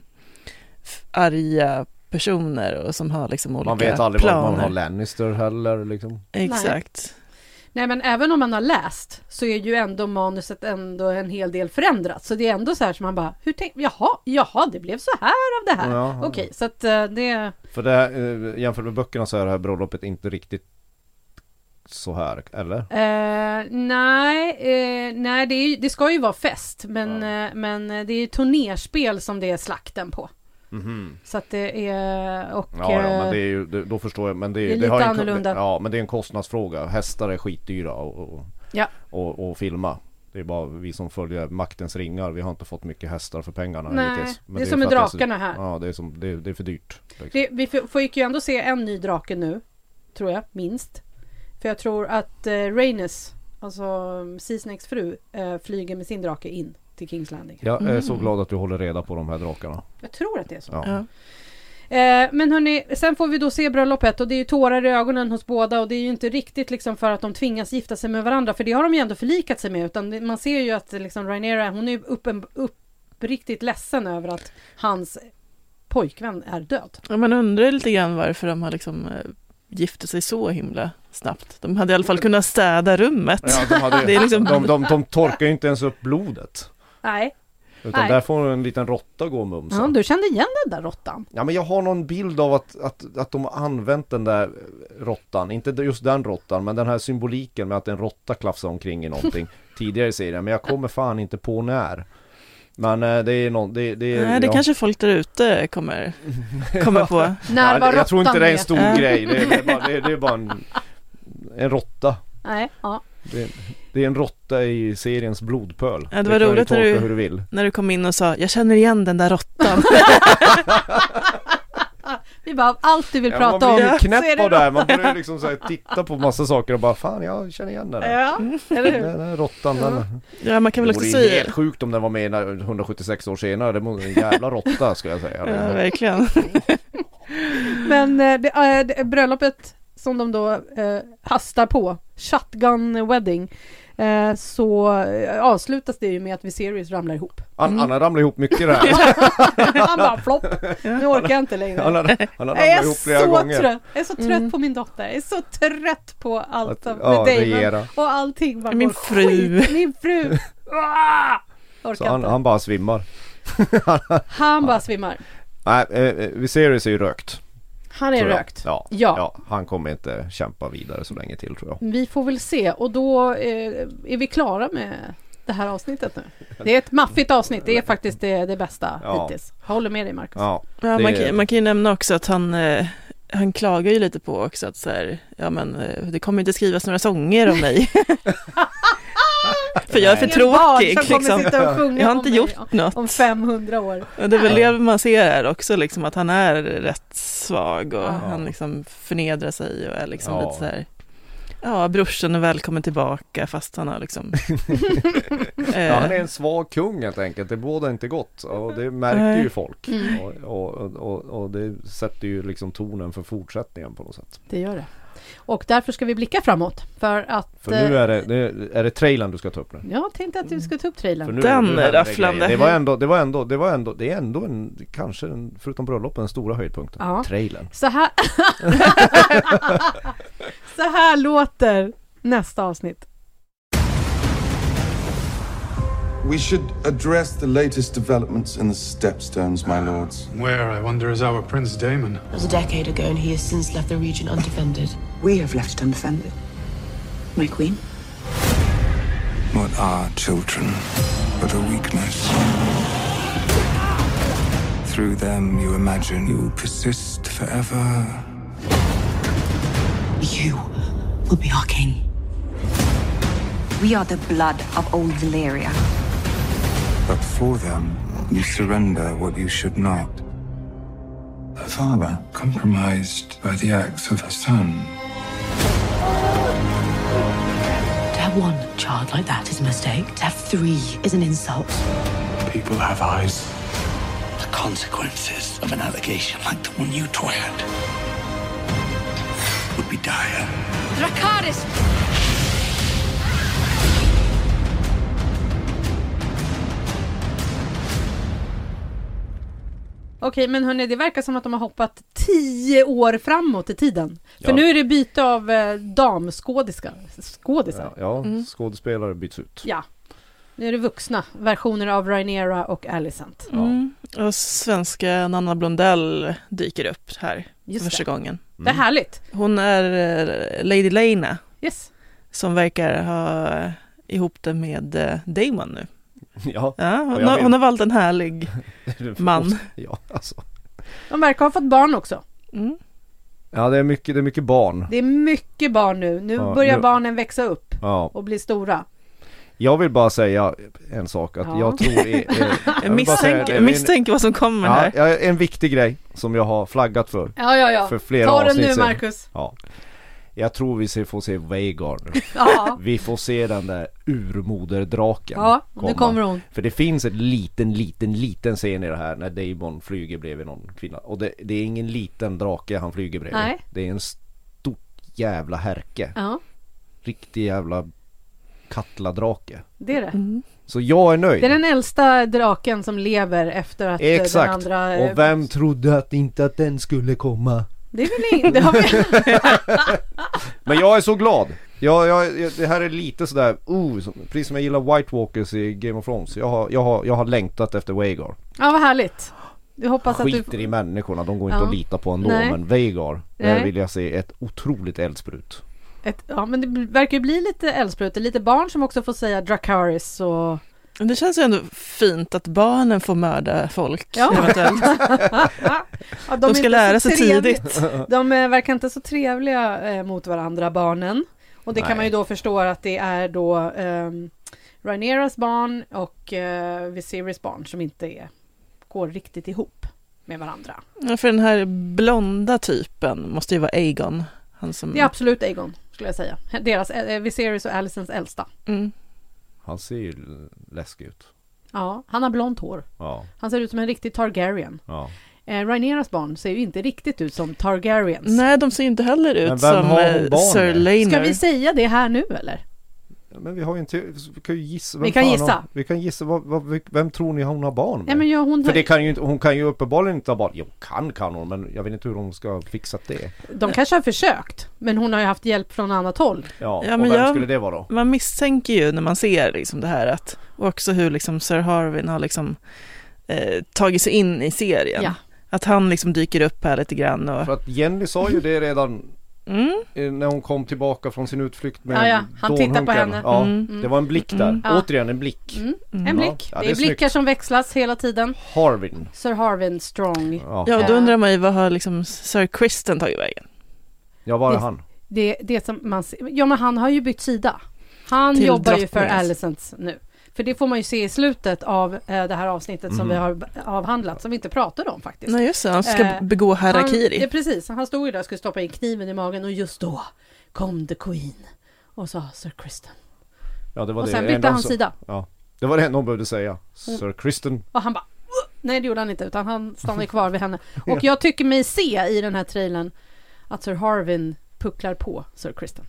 B: f- arga personer och som har liksom olika
C: Man vet aldrig
B: planer.
C: vad man har Lannister heller liksom.
B: Exakt.
A: Nej men även om man har läst så är ju ändå manuset ändå en hel del förändrat. Så det är ändå så här som man bara, hur tänk, jaha, jaha, det blev så här av det här.
C: Ja, ja.
A: Okej, så att eh, det,
C: För det här, eh, jämfört med böckerna så är det här bröllopet inte riktigt så här, eller?
A: Eh, nej, eh, nej det, är, ju- det ska ju vara fest, men, eh, men det är ju turnerspel som det är slakten på. Så att det är, och...
C: Mhm. Ja, ja men
A: eh,
C: det är ju, det, då förstår jag. Men det,
A: det är
C: det har
A: lite
C: ju en-
A: annorlunda.
C: Ja, men det är en kostnadsfråga. Hästar är skitdyra och, och,
A: ja.
C: och, och filma. Det är bara vi som följer maktens ringar. Vi har inte fått mycket hästar för pengarna
A: Nej,
C: hittills.
A: det är som med
C: för att det är så-
A: drakarna här.
C: Ja, det är, som, det, det är för dyrt. liksom.
A: Det, vi f- fick ju ändå se en ny drake nu, tror jag, minst. För jag tror att eh, Rhaenys, alltså mm, Seasnakes fru, eh, flyger med sin drake in till Kings Landing.
C: Jag är
A: Mm.
C: så glad att du håller reda på de här drakarna.
A: Jag tror att det är så.
C: Ja.
B: Ja.
A: Eh, men hörni, sen får vi då se bröllopet och det är ju tårar i ögonen hos båda och det är ju inte riktigt liksom för att de tvingas gifta sig med varandra för det har de ju ändå förlikat sig med utan det- man ser ju att liksom Rhaenyra hon är ju uppen, uppriktigt ledsen över att hans pojkvän är död.
B: Ja, man undrar lite grann varför de har liksom eh, gifte sig så himla snabbt. De hade i alla fall kunnat städa rummet.
C: Ja, de, hade,
B: Det är liksom-
C: de, de, de torkar ju inte ens upp blodet.
A: Nej,
C: Utan
A: Nej.
C: där får en liten råtta gå och mumsa.
A: ja, du kände igen den där råttan.
C: Ja men jag har någon bild av att, att, att de har använt den där råttan, inte just den råttan men den här symboliken med att en råtta klafsar omkring
B: [laughs]
C: i någonting tidigare i serien men jag kommer fan inte på när. Men eh, det är någon, det, det är...
B: Nej, det
C: ja.
B: kanske folk där ute
C: [laughs]
B: kommer, kommer på.
A: När
C: Ja,
A: var
C: jag tror inte
A: råttan
C: det är en
A: med?
C: stor
B: [laughs]
C: grej, det är, det är bara, det är, det är bara en, en råtta.
A: Nej, ja.
C: Det är, det är en råtta i seriens blodpöl.
B: Ja, det var
C: kan
B: roligt när
C: du tolka
B: du-
C: hur du vill.
B: När du kom in och sa, jag känner igen den där
C: [laughs]
B: råttan.
A: Vi bara, av allt du vill
C: Ja,
A: prata
C: man
A: om
C: blir ju
A: så är
C: knäpp
A: det
C: av det här, man börjar liksom så här, titta på massa saker och bara fan jag känner igen den här.
A: Ja, eller hur?
C: Den här råttan den
B: Ja, man kan väl
C: Det
B: också
C: vore ju
B: säga
C: helt sjukt om den var med när- 176 år senare. Det vore en jävla råtta skulle jag säga.
B: Ja,
C: [laughs]
B: verkligen.
A: Men eh, det, eh, det, bröllopet som de då eh, hastar på, Shotgun Wedding, eh, så eh, avslutas det ju med att Viserys ramlar
C: [laughs]
A: ihop.
C: Han, han har ramlat ihop mycket i det här.
A: Han bara flopp, nu orkar jag inte
C: [laughs]
A: längre.
C: Han har, han har
A: Jag är,
C: ramlat ihop flera
A: så
C: gånger.
A: trött. jag är så trött
B: Mm.
A: på min dotter, jag är så trött på allt
C: Att-
A: med
C: ja,
A: Damon
C: regera.
A: och allting bara
B: Min
A: går
B: fru.
A: skit. min
C: [laughs]
A: fru. Ah! Orkar
C: Så han,
A: inte.
C: han bara svimmar.
A: han bara svimmar.
C: Nej, eh, eh, Viserys är ju rökt.
A: Han är
C: tror jag.
A: rökt.
C: Ja, ja.
A: Ja.
C: Han kommer inte kämpa vidare så länge till tror jag.
A: Vi får väl se och då eh, är vi klara med det här avsnittet nu. Det är ett maffigt avsnitt, det är faktiskt det, det bästa
C: Ja.
A: hittills. Jag håller med dig Marcus.
C: Ja,
B: Ja,
C: det-
B: man, kan, man kan ju nämna också att han, eh, han klagar ju lite på också att så här, ja men eh, det kommer inte skrivas några sånger
A: [laughs]
B: om mig. [laughs] För jag är för
A: Det är barn
B: tråkig
A: som kommer
B: liksom.
A: sitta och sjunga
B: Jag har
A: om
B: inte
A: mig
B: gjort något.
A: Om 500 år.
B: Och det är väl det man ser här också, liksom, att han är rätt svag och han liksom förnedrar sig och är liksom
C: Ja.
B: lite så här, ja brorsan är välkommen tillbaka fast han har
C: [laughs]
B: liksom...
C: ja, han är
B: eh,
C: en svag kung helt enkelt. Det bådar inte gott och det märker
B: Nej. Mm.
C: ju folk. Och, och, och, och det sätter ju liksom tonen för fortsättningen på något sätt.
A: Det gör det. Och därför ska vi blicka framåt. För att...
C: För nu
A: eh,
C: är det, det, är det trailern du ska ta upp nu.
A: Jag tänkte att du skulle ta upp
C: För
A: trailern.
C: nu-
B: Den
C: nu händer det
B: rafflande.
C: grejer. Det var ändå, det var ändå, det var ändå, det är ändå en, kanske den, förutom bröllopen, den stora höjdpunkten.
A: Ja.
C: Trailern.
A: Så här... [laughs] Så här låter nästa avsnitt.
F: We should address the latest developments in the Stepstones, my lords.
G: Where, I wonder, is our Prince Damon?
H: It was a decade ago, and he has since left the region undefended.
I: We have left undefended. My queen.
F: What are children but a weakness? Through them, you imagine you will persist forever.
I: You will be our king. We are the blood of old Valyria.
F: But for them, you surrender what you should not. A father compromised by the acts of a son.
H: To have one child like that is a mistake. To have three is an insult.
G: People have eyes.
F: The consequences of an allegation like the one you twirled would be dire.
I: Dracarys!
A: Okej, men hörni, det verkar som att de har hoppat tio år framåt i tiden. För
C: Ja.
A: nu är det byte av eh, damskådiska. Skådisar.
C: Ja,
A: Ja.
C: ja
B: Mm.
C: skådespelare byts ut.
A: Nu är det vuxna versioner av Rhaenyra och Alicent.
B: mm, och svenska Nanna Blondell dyker upp här
A: Just
B: första
A: det.
C: Mm.
B: gången.
A: Det är härligt.
B: Hon är eh, Lady Lena
A: Yes.
B: Som verkar ha ihop det med eh, Damon nu.
C: [laughs] Ja,
B: ja
C: och
B: hon,
C: jag
B: har,
C: vet.
B: hon har valt en
C: [laughs]
B: härlig man.
C: Ja, alltså.
A: De verkar ha fått barn också.
C: ja det, är mycket, det är mycket barn.
A: Det är mycket barn nu. Nu
C: Ja,
A: börjar
C: nu-
A: barnen växa upp
C: Ja.
A: och bli stora.
C: Jag vill bara säga en sak att
A: Ja.
C: jag tror... eh, eh,
B: [laughs] Jag
C: vill bara säga-
B: misstänker, jag misstänker Mm. vad som kommer
C: Ja,
B: här.
C: ja, en viktig grej som jag har flaggat för.
A: Ja, ja, ja.
C: För flera
A: Ta den
C: avsnitt
A: nu,
C: sedan.
A: Marcus.
C: Ja. Jag tror vi ser- får se Vagar nu.
A: Ja.
C: Vi får se den där urmoderdraken
A: Ja, nu kommer hon.
C: För det finns en liten, liten, liten scen i det här när Damon flyger bredvid någon kvinna. Och det, det är ingen liten drake han flyger bredvid.
A: Nej.
C: Det är en stort jävla härke.
A: [laughs] Ja,
C: Riktig jävla kattladrake.
A: det är det.
C: Så jag är nöjd.
A: Det är den äldsta draken som lever efter att eh, den
C: Exakt.
A: andra...
C: Och vem trodde att inte att den skulle komma?
A: Det är väl in... det har vi...
C: [laughs] Men jag är så glad! Jag, jag, jag, det här är lite sådär, oh, som, precis som jag gillar White Walkers i Game of Thrones. Jag har, jag har, jag har längtat efter Vagar.
A: Ja, vad härligt. Du hoppas att du...
C: Skiter i människorna, de går inte
A: Ja.
C: att lita på ändå.
A: Nej.
C: Men Vagar, där
A: Nej.
C: vill jag se ett otroligt eldsprut.
A: Ett... Ja, men det verkar ju bli lite eldsprutor. Lite barn som också får säga Dracaris och... [laughs]
B: Men Det känns ju ändå fint att barnen får mörda
A: [laughs]
B: folk eventuellt.
A: Ja,
B: De
A: är
B: ska
A: inte
B: lära
A: så
B: sig
A: trevliga-
B: tidigt.
A: De eh, verkar inte så trevliga eh, mot varandra, barnen. Och det
C: Nej.
A: kan man ju då förstå att det är då eh, Rhaenyras barn och eh, Viserys barn som inte är, går riktigt ihop med varandra.
B: Ja, för den här blonda typen måste ju vara Aegon. Han som...
A: Det är absolut Aegon, skulle jag säga. Deras, eh, Viserys och Alicents äldsta.
B: Mm.
C: Han ser ju l- läskig ut.
A: Ja, han har blont hår.
C: Ja,
A: Han ser ut som en riktig Targaryen.
C: ja.
A: Eh, Rhaenyras barn ser ju inte riktigt ut som Targaryens.
B: Nej, de ser ju inte heller
C: Men
B: ut
C: vem
B: som
C: har
B: eh,
C: hon barn
B: Sir
C: med?
B: Laner.
A: Ska vi säga det här nu eller?
C: Men vi har ju inte, vi kan ju gissa.
A: Vi kan
C: fan
A: gissa.
C: Har, vi kan gissa, vad, vad, vem tror ni hon har barn med?
A: Nej, men ja, hon,
C: För det kan ju inte, hon kan ju uppenbarligen inte ha barn. Jo, kan kan hon, men jag vet inte hur hon ska ha fixat det.
A: De kanske har försökt, men hon har ju haft hjälp från annat håll.
C: Ja,
B: Ja,
C: och
B: men
C: vem
B: jag-
C: skulle det vara då?
B: Man misstänker ju när man ser liksom det här att, och också hur liksom Sir Harvin har liksom, eh, tagit sig in i serien.
A: Ja.
B: Att han liksom dyker upp här lite grann och...
C: För att Jenny sa ju det redan
B: Mm.
C: eh, när hon kom tillbaka från sin utflykt med
A: Ja, ja. Han tittar på
C: dånhunken.
A: henne.
C: Ja,
B: Mm.
C: det var en blick där.
B: Mm.
A: Ja.
C: Återigen en blick.
A: Mm.
B: Mm.
A: En
C: Ja.
A: blick.
C: Ja, det
A: det,
C: är
A: är blickar
C: snyggt.
A: som växlas hela tiden.
C: Harvin.
A: Sir Harvin Strong.
C: Ja,
B: Ja, och då
A: Ja.
B: undrar man ju vad har liksom Sir Kristen tagit vägen?
C: ja var är
A: Yes.
C: han?
A: Det, det som man ser. Ja, men han har ju bytt sida. Han
B: Till
A: jobbar ju för
B: drottningen.
A: Alicent nu. För det får man ju se i slutet av eh, det här avsnittet som
C: Mhm.
A: vi har b- avhandlat, som vi inte pratade om faktiskt.
B: Nej, just det, han ska
A: Eh,
B: begå
A: Han,
B: harakiri.
A: ja, precis. Han stod ju där och skulle stoppa in kniven i magen och just då kom the Queen och sa Sir Kristen.
C: Ja, det var
A: Och
C: det.
A: sen
C: Det
A: bytte
C: enda
A: han
C: som-
A: sida.
C: Ja, det var det enda hon behövde säga. Sir Kristen.
A: Och han bara "Ugh!" Nej det gjorde han inte utan han stannade kvar vid
B: [laughs]
A: henne. Och jag tycker mig se i den här trailern att Sir Harvin pucklar på Sir Kristen.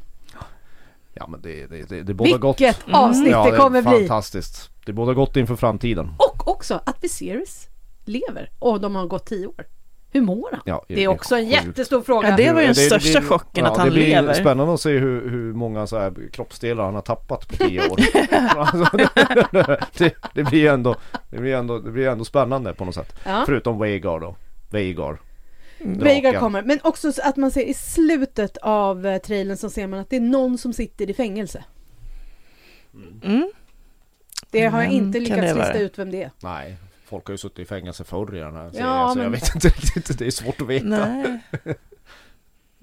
C: Ja, men det, det, det, det båda
A: Vilket
C: gott.
A: avsnitt
C: Ja,
A: det kommer
C: fantastiskt.
A: bli!
C: Fantastiskt. Det båda gott inför framtiden.
A: Och också att Viserys lever och de har gått tio år. Hur mår han?
C: Ja,
A: Det är också en
C: sjukt.
A: jättestor fråga.
B: Ja, det var ju den
C: Det- det
B: största
C: blir-
B: chocken
C: ja,
B: att han
C: det blir
B: lever.
C: spännande att se hur, hur många så här kroppsdelar han har tappat på
A: [laughs]
C: tio år. Alltså, [laughs] det, det blir ju ändå, det blir ändå, det blir ändå spännande på något sätt.
A: Ja. Mm.
C: Förutom Veigar då. Veigar.
A: Veigar
C: draken.
A: kommer. Men också så att man ser i slutet av eh, trailern så ser man att det är någon som sitter i fängelse.
B: Mm.
A: Det har jag
B: Vem
A: inte
B: Mm, kan
A: lyckats
B: det vara?
A: lista ut vem det är.
C: Nej, folk har ju suttit i fängelse förr i den här serien
A: Ja,
C: så jag
A: men-
C: vet inte riktigt. Det är svårt att veta. Nej,
B: Nej.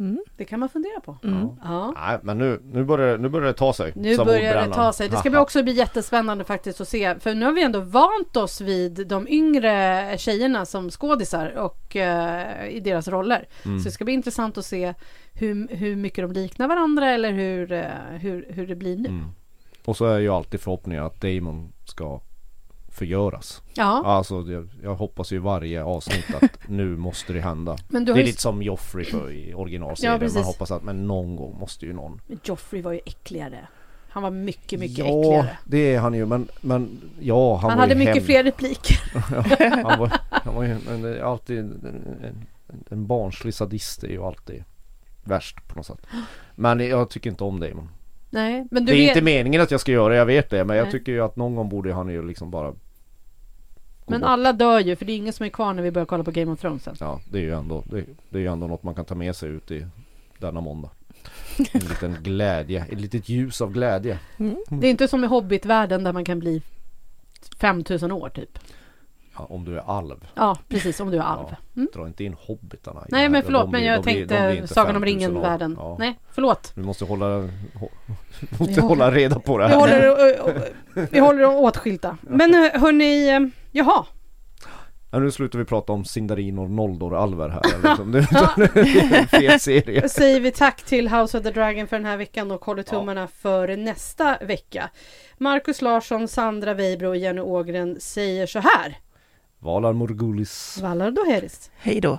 B: Mm.
A: Det kan man fundera på.
B: Mm.
A: Ja.
C: men nu, nu, börjar, nu börjar det ta sig.
A: Nu
C: sa
A: börjar det
C: mordbrännan.
A: ta sig. Det ska bli
C: Haha.
A: också bli jättespännande faktiskt att se. För nu har vi ändå vant oss vid de yngre tjejerna som skådisar och eh, i deras roller.
C: Mm.
A: Så det ska bli intressant att se hur, hur mycket de liknar varandra eller hur, eh, hur, hur det blir nu.
C: Mm. Och så är ju alltid förhoppningen att Damon ska förgöras.
A: Ja,
C: Alltså jag, jag hoppas ju varje avsnitt
A: [laughs]
C: att nu måste det hända.
A: men
C: Det
A: du har
C: är
A: ju...
C: lite som Joffrey för i
A: Ja,
C: originalserien.
A: precis.
C: Man hoppas att men någon gång måste ju någon.
A: Men Joffrey var ju äckligare. Han var mycket, mycket
C: ja,
A: äckligare.
C: det är han ju. Men, men ja, han,
A: Han,
C: var
A: hade
C: ju
A: mycket
C: hem-
A: fler
C: [laughs]
A: repliker. [laughs]
C: Han var, han var ju men det är alltid en, en, en barnslig sadist är ju alltid värst på något sätt. Men jag tycker inte om Damon.
A: Nej, men
C: Det
A: du
C: är
A: vet...
C: inte meningen att jag ska göra det, jag vet det. Men jag
A: Nej.
C: tycker ju att någon gång borde han ju liksom bara... gå
A: Men
C: bort.
A: alla dör ju, för det är ingen som är kvar när vi
C: Mm.
A: börjar kolla på Game of Thrones sen.
C: Ja, det är ju ändå, det, det är ju ändå något man kan ta med sig ut i denna måndag. En
A: [laughs]
C: liten glädje, ett litet ljus av glädje.
A: Det är inte som i hobbitvärlden där man kan bli 5000 år typ.
C: Ja, om du är alv.
A: Ja, precis, om du är alv. Mm.
C: Dra inte in hobbitarna. i det
A: Nej,
C: här,
A: men
C: för
A: förlåt,
C: de
A: men
C: blir-
A: jag
C: de blir- de
A: tänkte
C: blir inte
A: Sagan om
C: 5000 år.
A: ringen-världen.
C: Ja.
A: Nej,
C: [laughs]
A: förlåt.
C: Vi måste
A: [laughs]
C: hålla, hå- måste
A: Vi
C: hålla reda på det
A: Vi
C: här.
A: håller, ö, ö, vi håller dem åtskilda. Men eh, hörni, eh, jaha.
C: Ja, nu slutar vi prata om Sindarin och
A: [laughs]
C: Noldor-alver här. Liksom. Det [laughs] är en fel serie.
A: Säger vi tack till House of the Dragon för den här veckan och håller tummarna för nästa vecka. Marcus Larsson, Sandra Weibro och Jenny Ågren säger så här.
C: Valar Morgulis.
A: Valar Doheris.
B: Hej då.